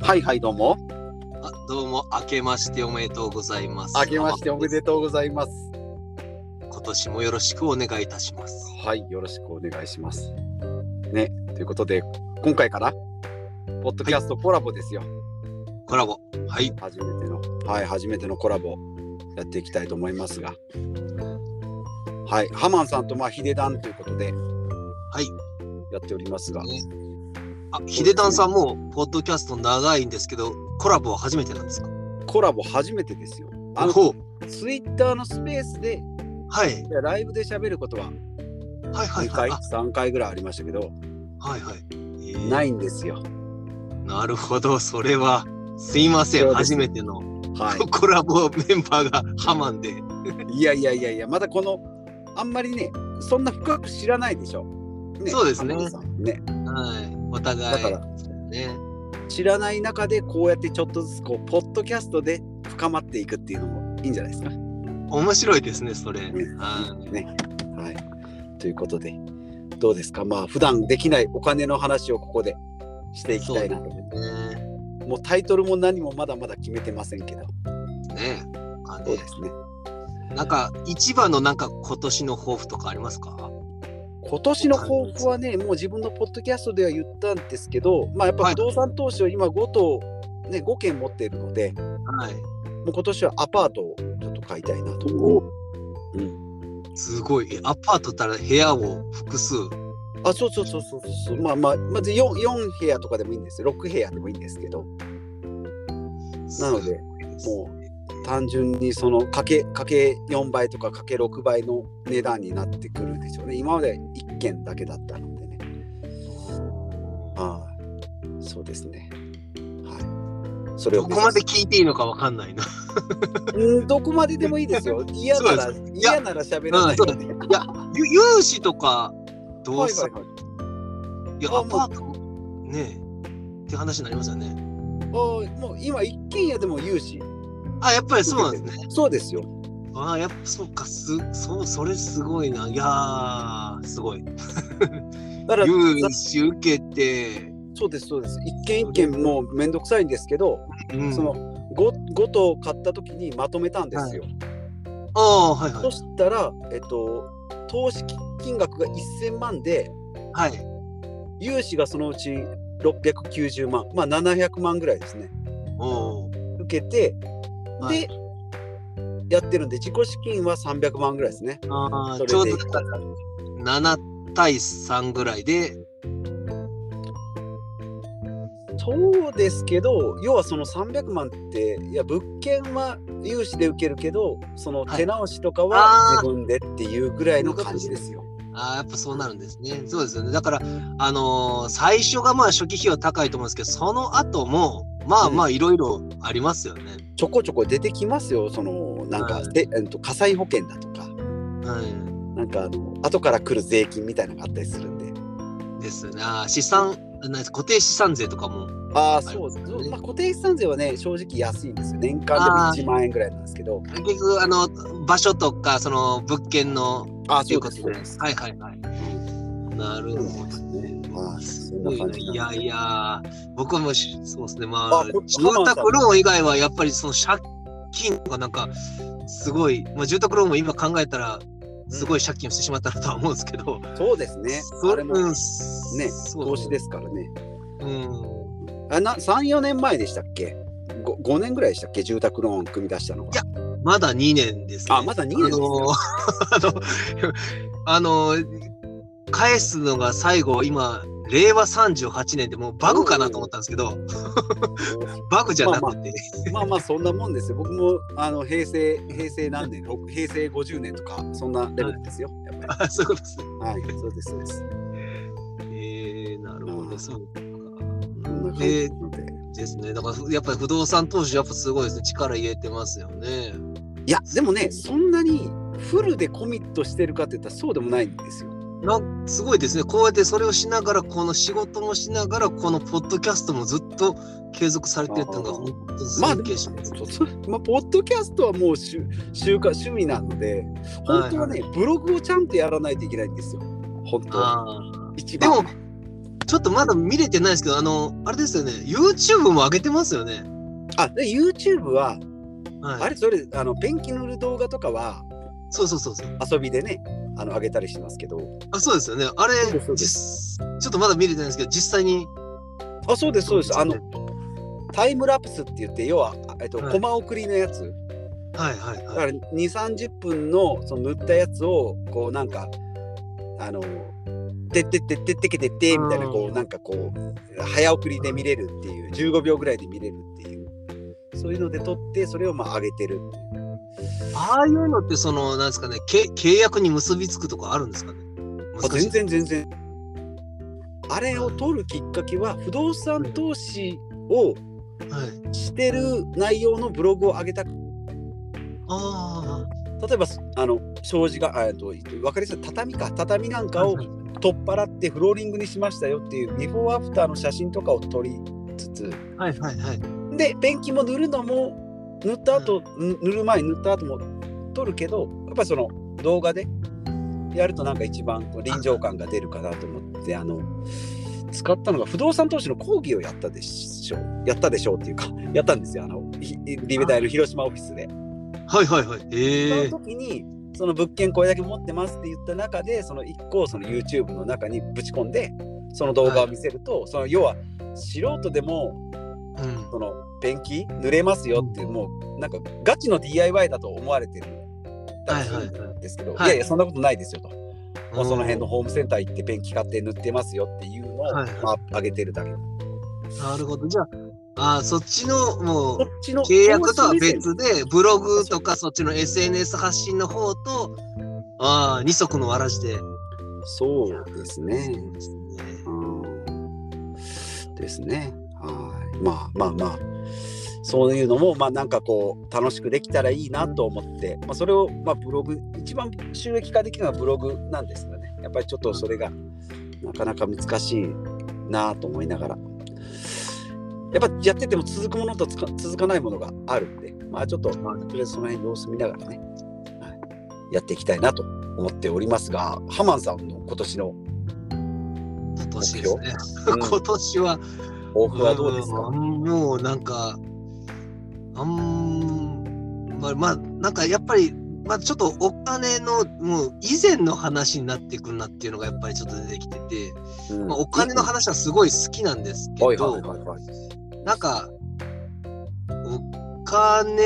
はいはい、どうも。あどうも、明けましておめでとうございます。あけましておめでとうございます。今年もよろしくお願いいたします。はい、よろしくお願いします。ね、ということで、今回から、ポッドキャストコラボですよ。コラボ。はい。初めての、はい、初めてのコラボ、やっていきたいと思いますが。はい、ハマンさんと、まあ、ヒデダンということで、はい。やっておりますが、あ、ヒデタンさんも、ポッドキャスト長いんですけど、コラボは初めてなんですかコラボ初めてですよ。あの、ほう。ツイッターのスペースで、はい。ライブで喋ることは、はいはい2は回、い。あ3回ぐらいありましたけど、はいはい。えーないんですよ。なるほど、それは。すいませそん、うです初めての、はい。コラボメンバーがハマンで。いやいやいやいや、まだこの、あんまりね、そんな深く知らないでしょ。ねそうですね浜田さんねはい。お互い。だから、ね。知らない中で、こうやってちょっとずつ、こう、ポッドキャストで深まっていくっていうのもいいんじゃないですか。面白いですね、それ。はい。ね。はい。ということで、どうですかまあ、普段できないお金の話をここでしていきたいなと。ねもうタイトルも何もまだまだ決めてませんけど、ねあそうねですね。なんか一番のなんか今年の抱負とかありますか？今年の抱負はね、もう自分のポッドキャストでは言ったんですけど、まあ、やっぱは不い動産投資を今5棟、ね、5件持っているので、はい。もう今年はアパートをちょっと買いたいなと。うん、すごいえアパートったら部屋を複数。あそうそうそうそうそうまあまあまず 4, 四部屋とかでもいいんですよ6部屋でもいいんですけどなのでも単純にそのかけかけ4倍とかかけ6倍の値段になってくるでしょうね今まで1軒だけだったのでねああそうですねはいそれどを目こ指まで聞いていいのかわかんないな。うんどこまででもいいです よ嫌ならそうですいや嫌なら喋らないうんそうでいやゆ融資とかどはういすはいる？はいいやあアパートねえって話になりますよね。ああもう今一軒家でも融資あやっぱりそうなんですね。そうですよああ、やっぱそうか、す、そう、それすごいな。いやー、すごい。だから融資受けて、そうですそうです一軒一軒もうめんどくさいんですけど、うんその 5, 5棟買った時にまとめたんですよ、ああ、はいはそい。したら、えっと、投資金額が1000万ではい。融資がそのうち690万まあ700万ぐらいですねおー受けてはでい、やってるんで自己資金は300万ぐらいですねあそーれでちょうどだから7対3ぐらいで、そうですけど要はその300万っていや物件は融資で受けるけどそのはい手直しとかあはー自分でっていうぐらいの感じですよ。ああ、やっぱそうなるんですね。そうですよね。だから、あのー最初がまあ初期費用高いと思うんですけど、その後も、まあまあいろいろありますよね。ちょこちょこ出てきますよそのなんか、はいでえっと火災保険だとかうん。なんかあの後から来る税金みたいなのがあったりするんでですよね。あー資産、なんです固定資産税とかも。あありそう、ますねそうまあ、固定資産税はね正直安いんですよ年間でも1万円ぐらいなんですけど結局、あの、場所とか、その物件のああということで。はいはいはい。なるそうでほどすねまあすそんごない感なじいなんやでいや、僕はもうし、そうですね、まああ、こ住浜田さん宅ローン以外はやっぱりその借金とかなんか、すごい、まあ、住宅ローンも今考えたら、すごい借金をしてしまったなとは思うんですけど、そうですねそあれもうんねそう投資ですからねうん。あな34年前でしたっけ 5, 5年ぐらいでしたっけ住宅ローン組み出したのがいやまだ2年です、ね。あまだ2年ですよあの あの、あの、返すのが最後、今、令和38年でもうバグかなと思ったんですけど、バグじゃなくて、 まあまあそんなもんですよ。僕もあの平成平成何年、ろく平成50年とかそんなレベルですよ。やっぱ そういうことですね。りはい、そうですそうです。ええなるほうんど、そうこかんな感えじなのでですね。だから、やっぱり不動産投資、やっぱすごいですね。力入れてますよね。いやでもねそんなにフルでコミットしてるかって言ったらそうでもないんですよ。なんすごいですね。こうやってそれをしながら、この仕事もしながら、このポッドキャストもずっと継続されてるっていうのが、あー本当にまあ尊で敬もします。そまあポッドキャストはもうしゅ習慣趣味なので本当はね、ブログをちゃんとやらないといけないんですよ。本当はあー一で番も、ちょっとまだ見れてないですけど、あの、あれですよね、YouTube も上げてますよね。あで YouTube は、はい、あれそれあのペンキ塗る動画とかはそうそうそうそう。遊びでねあの上げたりしますけどあ、そうですよね。あれそうですそう、で実ちょっとまだ見れてないんですけど、実際に。あそうですそうですあのはタイムラプスって言って要は、あえっとはいコマ送りのやついはいだはかい。ら2 3 0分のその塗ったやつをこうなんかあの「てってってってってけてって」みたいなうんこうなんかこう早送りで見れるっていう15秒ぐらいで見れるっていうそういうので撮ってそれをまあ上げてるっていうああいうのって、その、なんですかね、け契約に結びつくとかあるんですかね。あ難しい全然全然あれを撮るきっかけは不動産投資をはい。してる内容のブログを上げた例あえばあの障子があえっと分かりやすい畳か畳なんあ。かを取っ払ってフローリングにしましたよっていうビフォーアフターの写真とかを撮りつつはいはいはい。でペンキも塗るのも塗った後、ぬ塗る前に塗った後も撮るけどやっぱりその動画でやるとなんか一番こう臨場感が出るかなと思ってあの使ったのが不動産投資の講義をやったでしょやったでしょうっていうかやったんですよあのひリベダイル広島オフィスで。はいはいはい。そええの時にその物件これだけ持ってますって言った中でその1個をその YouTube の中にぶち込んでその動画を見せると、その要は素人でもうん。そのペンキ濡れますよっていうもうなんかガチの DIY だと思われてるはらいしはいいんはい。ですけど、はいいやいやそんなことないですよと、もうその辺のうん。ホームセンター行ってペンキ買って塗ってますよっていうのを、はいはいまあ、上げてるだけなるほど。じゃあ、あーそっちの、もこっう、ちの契約とは投資目線別で、ブログとかそっちの SNS 発信の方と、ああ、二足のわらじで。そうですね。ねうんですね。はい。まあまあまあ、そういうのも、まあなんかこう、楽しくできたらいいなと思って、まあそれを、まあブログ、一番収益化できるのはブログなんですよね。やっぱりちょっとそれが、なかなか難しいなと思いながら。やっぱやってても続くものとつか続かないものがあるんで、まあちょっと、とりあえずその辺様子見ながらね、はい、やっていきたいなと思っておりますが、ハマンさんの今年の今年ですね。うん 今年は、抱負はどうですか、んもうなんか、あんまり、まあ、なんかやっぱり、まあ、ちょっとお金の、もう以前の話になってくるなっていうのがやっぱりちょっと出てきてて、うんまあ、お金の話はすごい好きなんですけど、はいはいはいはい。なんか、お金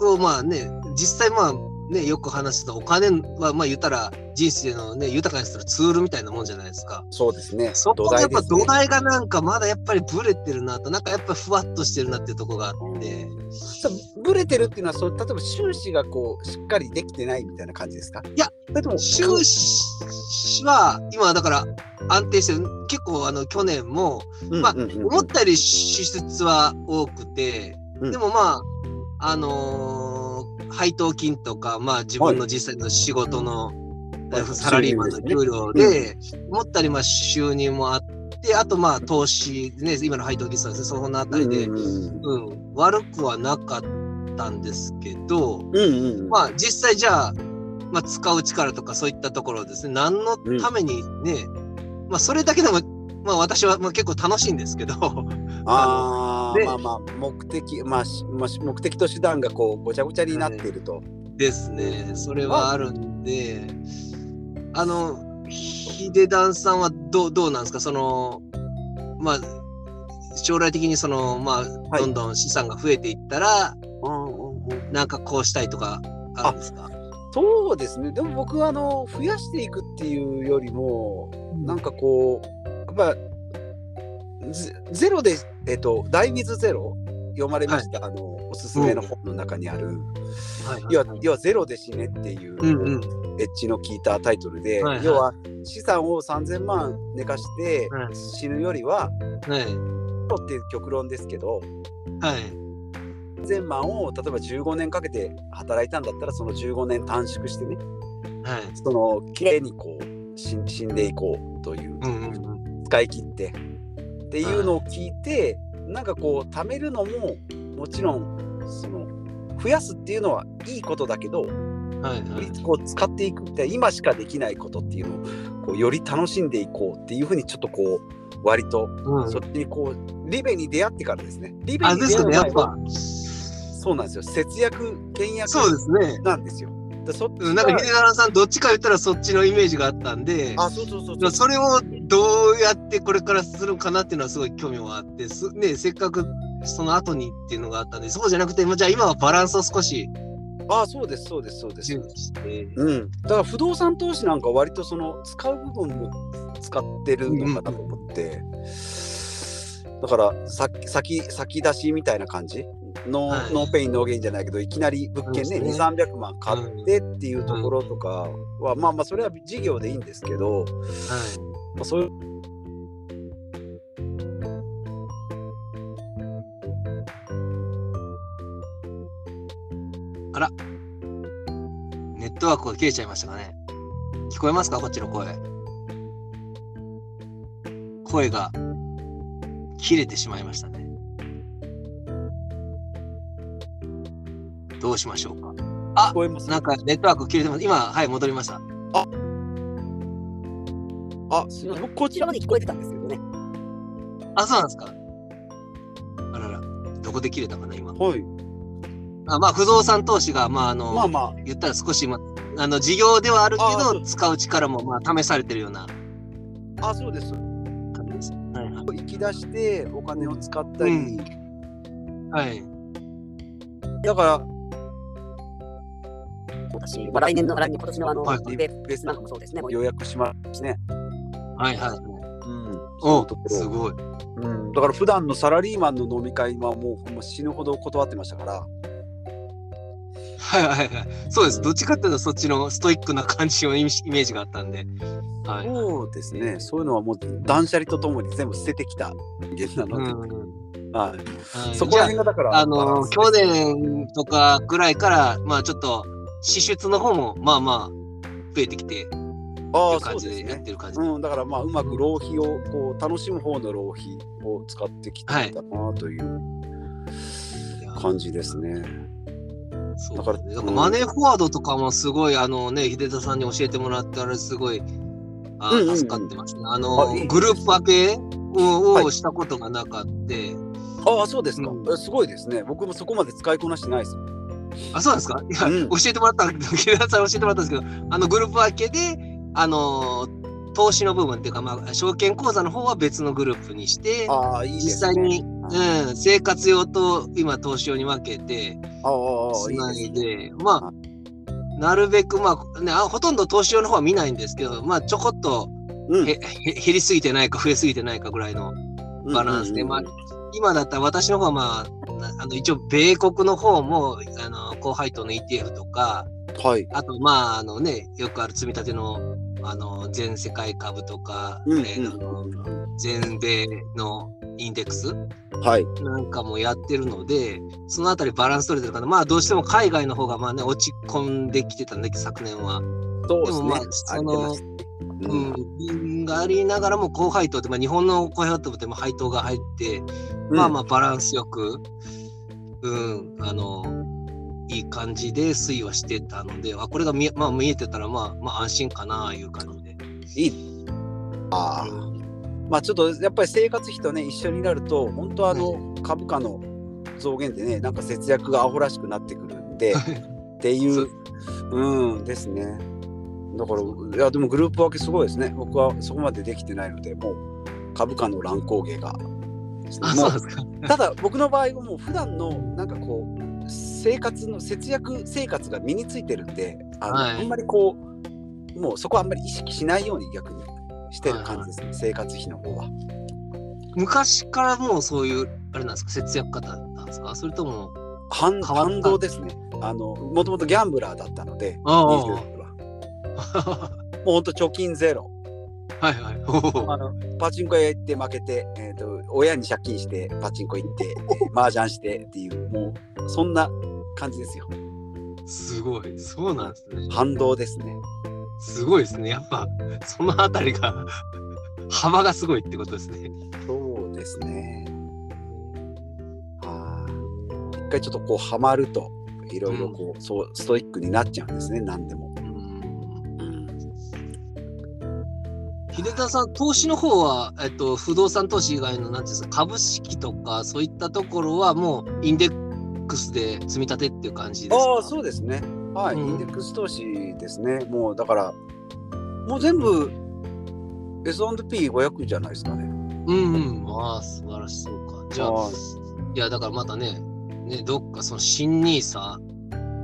をまあね、実際まあね、よく話してたお金はまあ言ったら人生のね、豊かにするツールみたいなもんじゃないですか。そうですね。そこがやっぱですね土台がなんかまだやっぱりブレてるなと、なんかやっぱふわっとしてるなっていうとこがあって、そうブレてるっていうのは、そう例えば収支がこうしっかりできてないみたいな感じですかいや、それとも収支は今だから安定してる、結構あの去年もまあうんうんうん思ったより支出は多くて、うんでもまあ、あのー配当金とか、まあ自分の実際の仕事の、はいえーサラリーマンの給料で、思ったよりまあ収入もあって、あとまあ投資、ね、今の配当金そうですね、そのあたりで、ううんんうん悪くはなかったんですけど、うんうん。まあ実際じゃあ、まあ、使う力とかそういったところですね、何のためにね、まあそれだけでも、まあ私はまあ結構楽しいんですけど、 あーでまあまあ、目的、まあ、しまあ、し目的と手段がこうごちゃごちゃになっていると。ですね。それはあるんで、あの、ヒデダンさんはどうどうなんですかその、まあ、将来的にその、まあ、いどんどん資産が増えていったら、うんうんうんなんかこうしたいとかあるんですかそうですね。でも僕はあの増やしていくっていうよりも、なんかこう、やっぱゼゼロで、えっと、ダイビズゼロ読まれました、あのおすすめの本の中にある、はい要は要はゼロで死ねっていう、うんうん。エッジの効いたタイトルで、はいはい要は資産を3000万寝かしてはい死ぬよりは、はい。ゼロっていう極論ですけど、はい。 3000万を例えば15年かけて働いたんだったら、その15年短縮してね、はい。その綺麗にこう死ん死んでいこうという。うんうんうん。使い切ってっていうのを聞いて、なんかこう貯めるのももちろんその増やすっていうのはいいことだけど、はいはい。こう使っていくみたいな今しかできないことっていうのをこうより楽しんでいこうっていうふうにちょっとこう割と、うんそっちにこうリベに出会ってからですねリベあ、にです出かね、や会っう前はぱ。そうなんですよ節約倹約そうですね。なんですよでそっちうんなんか秀原さん、どっちか言ったらそっちのイメージがあったんで、あそうそうそうまそあうそれをどうやってこれからするのかなっていうのはすごい興味もあって、すね、せっかくその後にっていうのがあったんで、そうじゃなくて、まあじゃあ今はバランスを少しあそうですそうですそうです重視して。うん、だから不動産投資なんか割とその使う部分も使ってるのかなと思って、だから先先先出しみたいな感じノー,、はいノーペインノーゲインじゃないけどいきなり物件ねそうで2す三3 0 0万買ってっていうところとかは、まあまあそれは事業でいいんですけど、はまあ、そういうい。ネットワークが切れちゃいましたかね。聞こえますかこっちの声。声が切れてしまいましたね。どうしましょうか。聞こえますなんかネットワーク切れてます。今、はい、戻りました。あすいません僕こちらまで聞こえてたんですけどねあ、そうなんですか。あらら、どこで切れたかな、今。はいあまあ、不動産投資が、まあ、あの、まあまあ言ったら少し、まあ、あの、事業ではあるけあそど、う使う力も、まあ、試されてるようなあそうです感じです。はい行き出してお金を使ったり、うんはい。はい。だから私、まあ、来年の、来年、今年のあの、はいベベベーーススななんんかもかもそうですね、もう予約しますね。はい、はい。うん、おそういうところすごい。うん、だから普段のサラリーマンの飲み会はもうもう死ぬほど断ってましたからはい、はい、はい。そうです。どっちかっていうと、そっちのストイックな感じのイメイメージがあったんで。はい。そうですねそういうのはもう断捨離とともに全部捨ててきた人間なうので、ん。はいはいそこら辺がだからあバラのンス去年とかぐらいから、まあちょっと支出の方も、まあまあ、増えてきて、あいあうそ感うじでですやっねてる感じ。うん、だからまあうまく浪費をこう楽しむ方の浪費を使ってきてたなといういや感じですね。そうだからねなんかマネーフォワードとかもすごい、あのね、秀田さんに教えてもらって、あれすごい、あうんうんうん助かってましたね。あのあいいグループ分けを,、はいしたことがなかって、ああそうですか、うんえすごいですね僕もそこまで使いこなしてないです。あ、そうなんですかいや、うん教えてもらったんだけど、秀田さん教えてもらったんですけど、あのグループ分けで、あの、投資の部分っていうか、まあ、証券口座の方は別のグループにして、ああいいですね。実際に、うん、生活用と今投資用に分けてああああついいなですいねでまあなるべくまあねあほとんど投資用の方は見ないんですけどまあちょこっとうんへへ減りすぎてないか増えすぎてないかぐらいのバランスで、うんうんうんまあ今だったら私の方はまあなあの一応米国の方もあの高配当の ETF とかはい。あとまああのねよくある積み立てのあの全世界株とか、うんうんえーあの全米のインデックス、はい。なんかもやってるので、そのあたりバランス取れてるかな。まあどうしても海外の方がまあね、落ち込んできてたんで、昨年は。そうでですもね。まあ、あそりの、ううんん、がありながらも高配当って、まあ日本の高配当っても配当が入って、まあまあバランスよく、うん、あの、いい感じで推移はしてたので、あこれが見え,、まあ、見えてたら、まあ、まあ安心かなあいう感じで。いい。ああ。まあちょっとやっぱり生活費とね一緒になると本当あの、う株価の増減でねなんか節約がアホらしくなってくるん でっていそうううんですね。だからいやでもグループ分けすごいですね。僕はそこまでできてないのでもう株価の乱高下が。あ、もそううですか。ただ僕の場合はもう普段のなんかこう生活の節約生活が身についてるんであの、はいあんまりこうもうそこはあんまり意識しないように逆にしてる感じですね、生活費の方は。昔からもうそういう、あれなんですか、節約方なんですかそれとも、反った反動ですね。あのもともとギャンブラーだったのでああ20代はもうほんと貯金ゼロはいはい。おおあのパチンコ屋行って負けて、えー、と親に借金してパチンコ行って、 えー、麻雀してっていうもうそんな感じですよすごい。そうなんですね。反動ですね。すごいですね。やっぱ、そのあたりが、幅がすごいってことですね。そうですね。はい。一回ちょっとこうハマるといろいろこう、そうストイックになっちゃうんですね何でも。うん。秀田さん、投資の方は、えっと、不動産投資以外の、なんていうんですか、株式とか、そういったところは、もう、インデックスで積み立てっていう感じですかああ、そうですね。はい、うんインデックス投資ですね。もうだから、もう全部 S&P500 じゃないですかね。うんうん。ああ、素晴らしそうか。じゃあ、はいいや、だからまたね、ね、どっかその新ニーサ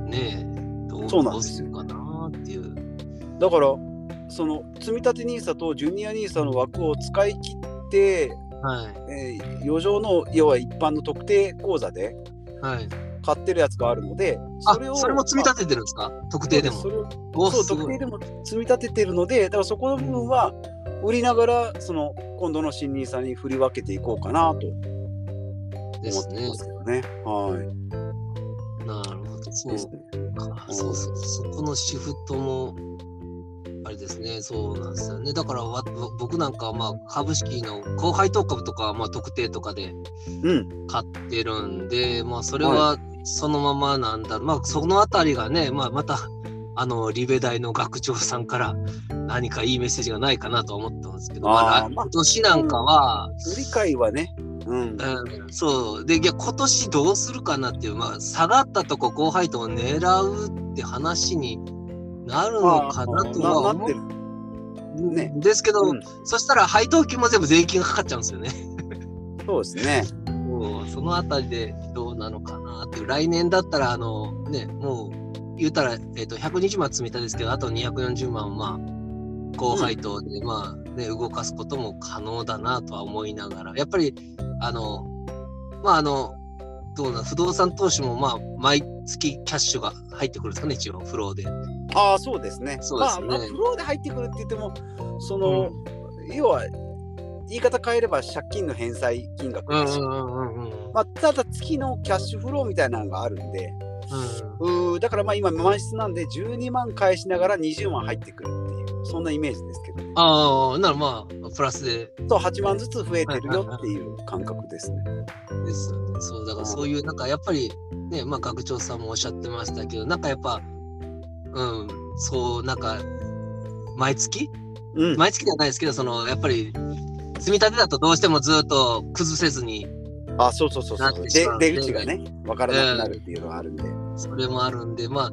ね、どうそうなんどうですすよるかなっていう。だから、その積立 NISA とジュニア NISA の枠を使い切って、はえー余剰の要は一般の特定口座でい。はい。買ってるやつがあるので、あ、それも積みて立ててるんですか特定でも。それをおそうす特ごい定でも積み立ててるのでだからそこの部分は売りながらその今度の新任さんに振り分けていこうかなと思でっすてねま。すけどね。はなるほど。いそですうねか。うんそうそう。そこのシフトも、あれですね。そうなんですよね。だからわ、ぼ僕なんかは、まあ、株式の高配当株とかは、まあ、特定とかで、うん買ってるんで、まあ、それはそのままなんだ、まあそのあたりがね、まあ、またあのリベ大の学長さんから何かいいメッセージがないかなとは思ったんですけど、まあーあ、来まあ今年なんかは、理解はね、うん、うん、そうでいや今年どうするかなっていう、まあ、下がったとこ後輩とを狙うって話になるのかなとななは思っうてる、んねですけど、うんそしたら配当金も全部税金がかかっちゃうんですよね。そうですね。もうそのあたりでどうなのかなっていう来年だったらあのねもう言うたら、えっと120万積みたですけどあと240万をまあ高配当で、まあね動かすことも可能だなとは思いながらやっぱりあのまああのどうだ不動産投資もまあ毎月キャッシュが入ってくるんですかね一応フローで。ああそうですね。そうですねまあ、まあフローで入ってくるって言ってもその、要は言い方変えれば借金の返済金額だし、うんうんうんまあ、ただ月のキャッシュフローみたいなのがあるんで。うーだからまあ今満室なんで12万返しながら20万入ってくるっていうそんなイメージですけどああならまあプラスでそう8万ずつ増えてるよっていう感覚ですね。ですよね。そうだからそういうなんかやっぱりねまあ学長さんもおっしゃってましたけどなんかやっぱうんそうなんか毎月うん、毎月じゃないですけどそのやっぱり積み立てだとどうしてもずっと崩せずにあそうそうそうそなってうしでまう出口がね分からなくなるっていうのがあるんで、それもあるんでまあ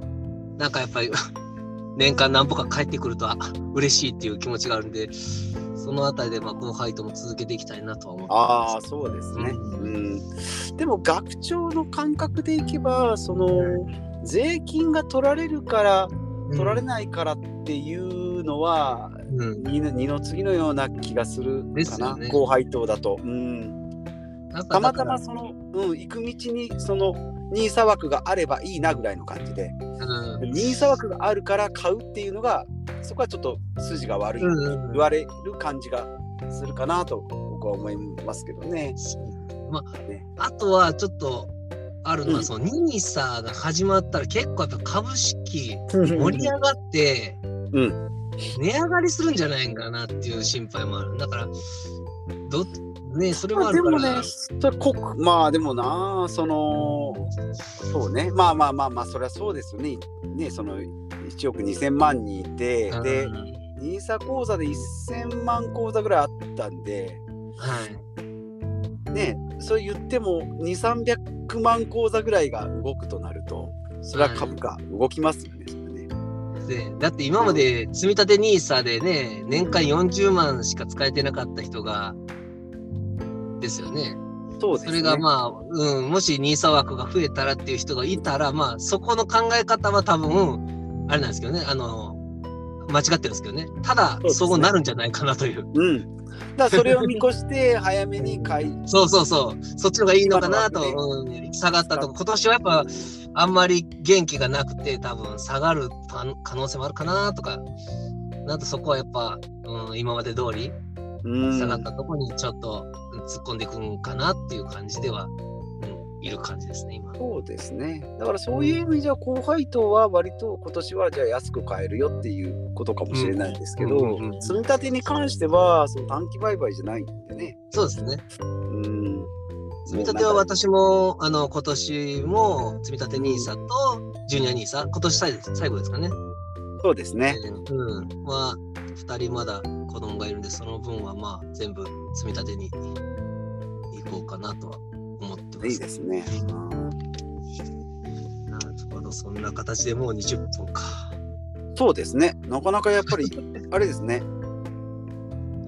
なんかやっぱり 年間何歩か帰ってくるとあ嬉しいっていう気持ちがあるんでそのあたりでまあ後輩とも続けていきたいなとは思ってあまあそうですね、ううん、でも学長の感覚でいけばその税金が取られるからす。取られないからっていうのはうん二の二の次のような気がするですかな、よね高配当だと。うんなんかただまかたらまその、うん、行く道にその NISA 枠があればいいなぐらいの感じでうん NISA 枠があるから買うっていうのがそこはちょっと筋が悪い、うんうんうん言われる感じがするかなと僕は思いますけどね。まねあ、あとはちょっとあるのは、うんそのニーサーが始まったら結構やっぱ株式盛盛りり上がって、うん値上がりするんじゃないかなっていう心配もある。だから、どね、それ上もがあるるかからら。まあでもねそれこくまあでもなそのそうねまあまあまあまあそれはそうですよね。ねその1億2,000万人いてうんで NISA 口座で1,000万口座ぐらいあったんで。はい、ねそう言っても2300万口座ぐらいが動くとなるとそれは株価動きますよね。それねでだって今まで積み立てニーサーでね、年間40万しか使えてなかった人が、ですよね。そうですそね。れがまあ、うん、もし NISA 枠が増えたらっていう人がいたら、まあ、そこの考え方は多分、あれなんですけどね、あの、間違ってるんですけどね。ただう、ですねそうなるんじゃないかなという。うん。だからそれを見越して早めに買 い。そうそうそう。そっちの方がいいのかなと、今のうん、下がったと。今年はやっぱ、あんまり元気がなくて、多分、下がる可能可能性もあるかなとか。なんとそこはやっぱ、うん、今まで通り、うん下がったとこにちょっとうん突っ込んでいくんかなっていう感じでは、うん、いる感じですね、今。そうですね。だからそういう意味じゃ高配当は割と今年はじゃあ安く買えるよっていうことかもしれないんですけど、うんうんうんうん積み立てに関してはその短期売買じゃないんでね。そうですね。うん。積み立ては私も、あの、今年も、積み立て NISA と、ジュニア NISA、今年最後最後ですかね。そうですね。うん。は、二人まだ、今子供がいるんで、その分はまあ全部積み立てに行こうかなとは思ってます。いいですね。なるほど、そんな形でもう20分か。そうですね。なかなかやっぱ り、あれですね。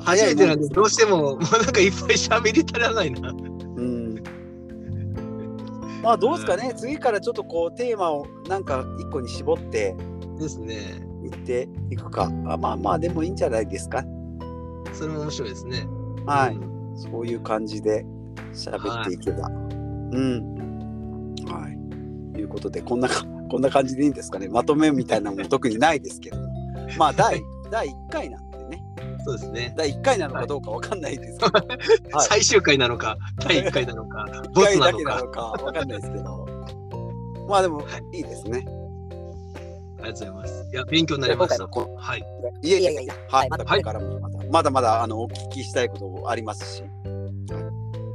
早いでなんで、どうしても、もうなんかいっぱい喋り足らないな。うん。まあどうですかね。次からちょっとこうテーマをなんか一個に絞ってですね。いっていくか。あまあまあでもいいんじゃないですか。それも面白いですね。はい。うんそういう感じで喋っていけば。うん。はい。ということで、こんなか、こんな感じでいいんですかね。まとめみたいなのも特にないですけども。 まあ、第、第1回なんでね。そうですね。第1回なのかどうかわかんないですけ ど。はい最終回なのか、第1回なの か、ボ1ス回なだのけなか。のかわかんないですけど。まあでも、いいですね。ありがとうございます。いや、勉強になりました。じゃあ今回はい。いえいいやえいやいやはい。はまいたこれからもまた、まだまだ、あの、お聞きしたいこともありますし、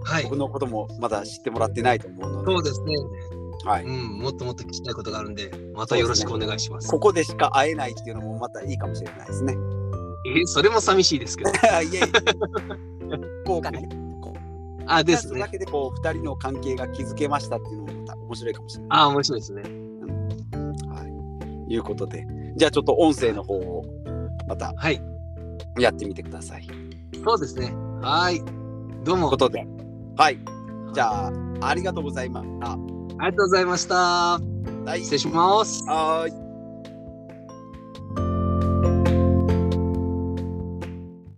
はい。僕のこともまだ知ってもらってないと思うのでそう、ですね。。はいうん、もっともっと聞きたいことがあるんで、またよろしくお願いします。ここでしか会えないっていうのもまたいいかもしれないですね。え、それも寂しいですけど。 いえいえ。こうかねあ、でですだね。けでこう2人の関係が築けましたっていうのもまた面白いかもしれない。あ、面白いですね。はい、いうことでじゃあちょっと音声の方をまたはい。やってみてください。というそうですね。はい。どうもこ。とではいじゃあありがとうございました。ありがとうございました。はい失礼します。はーい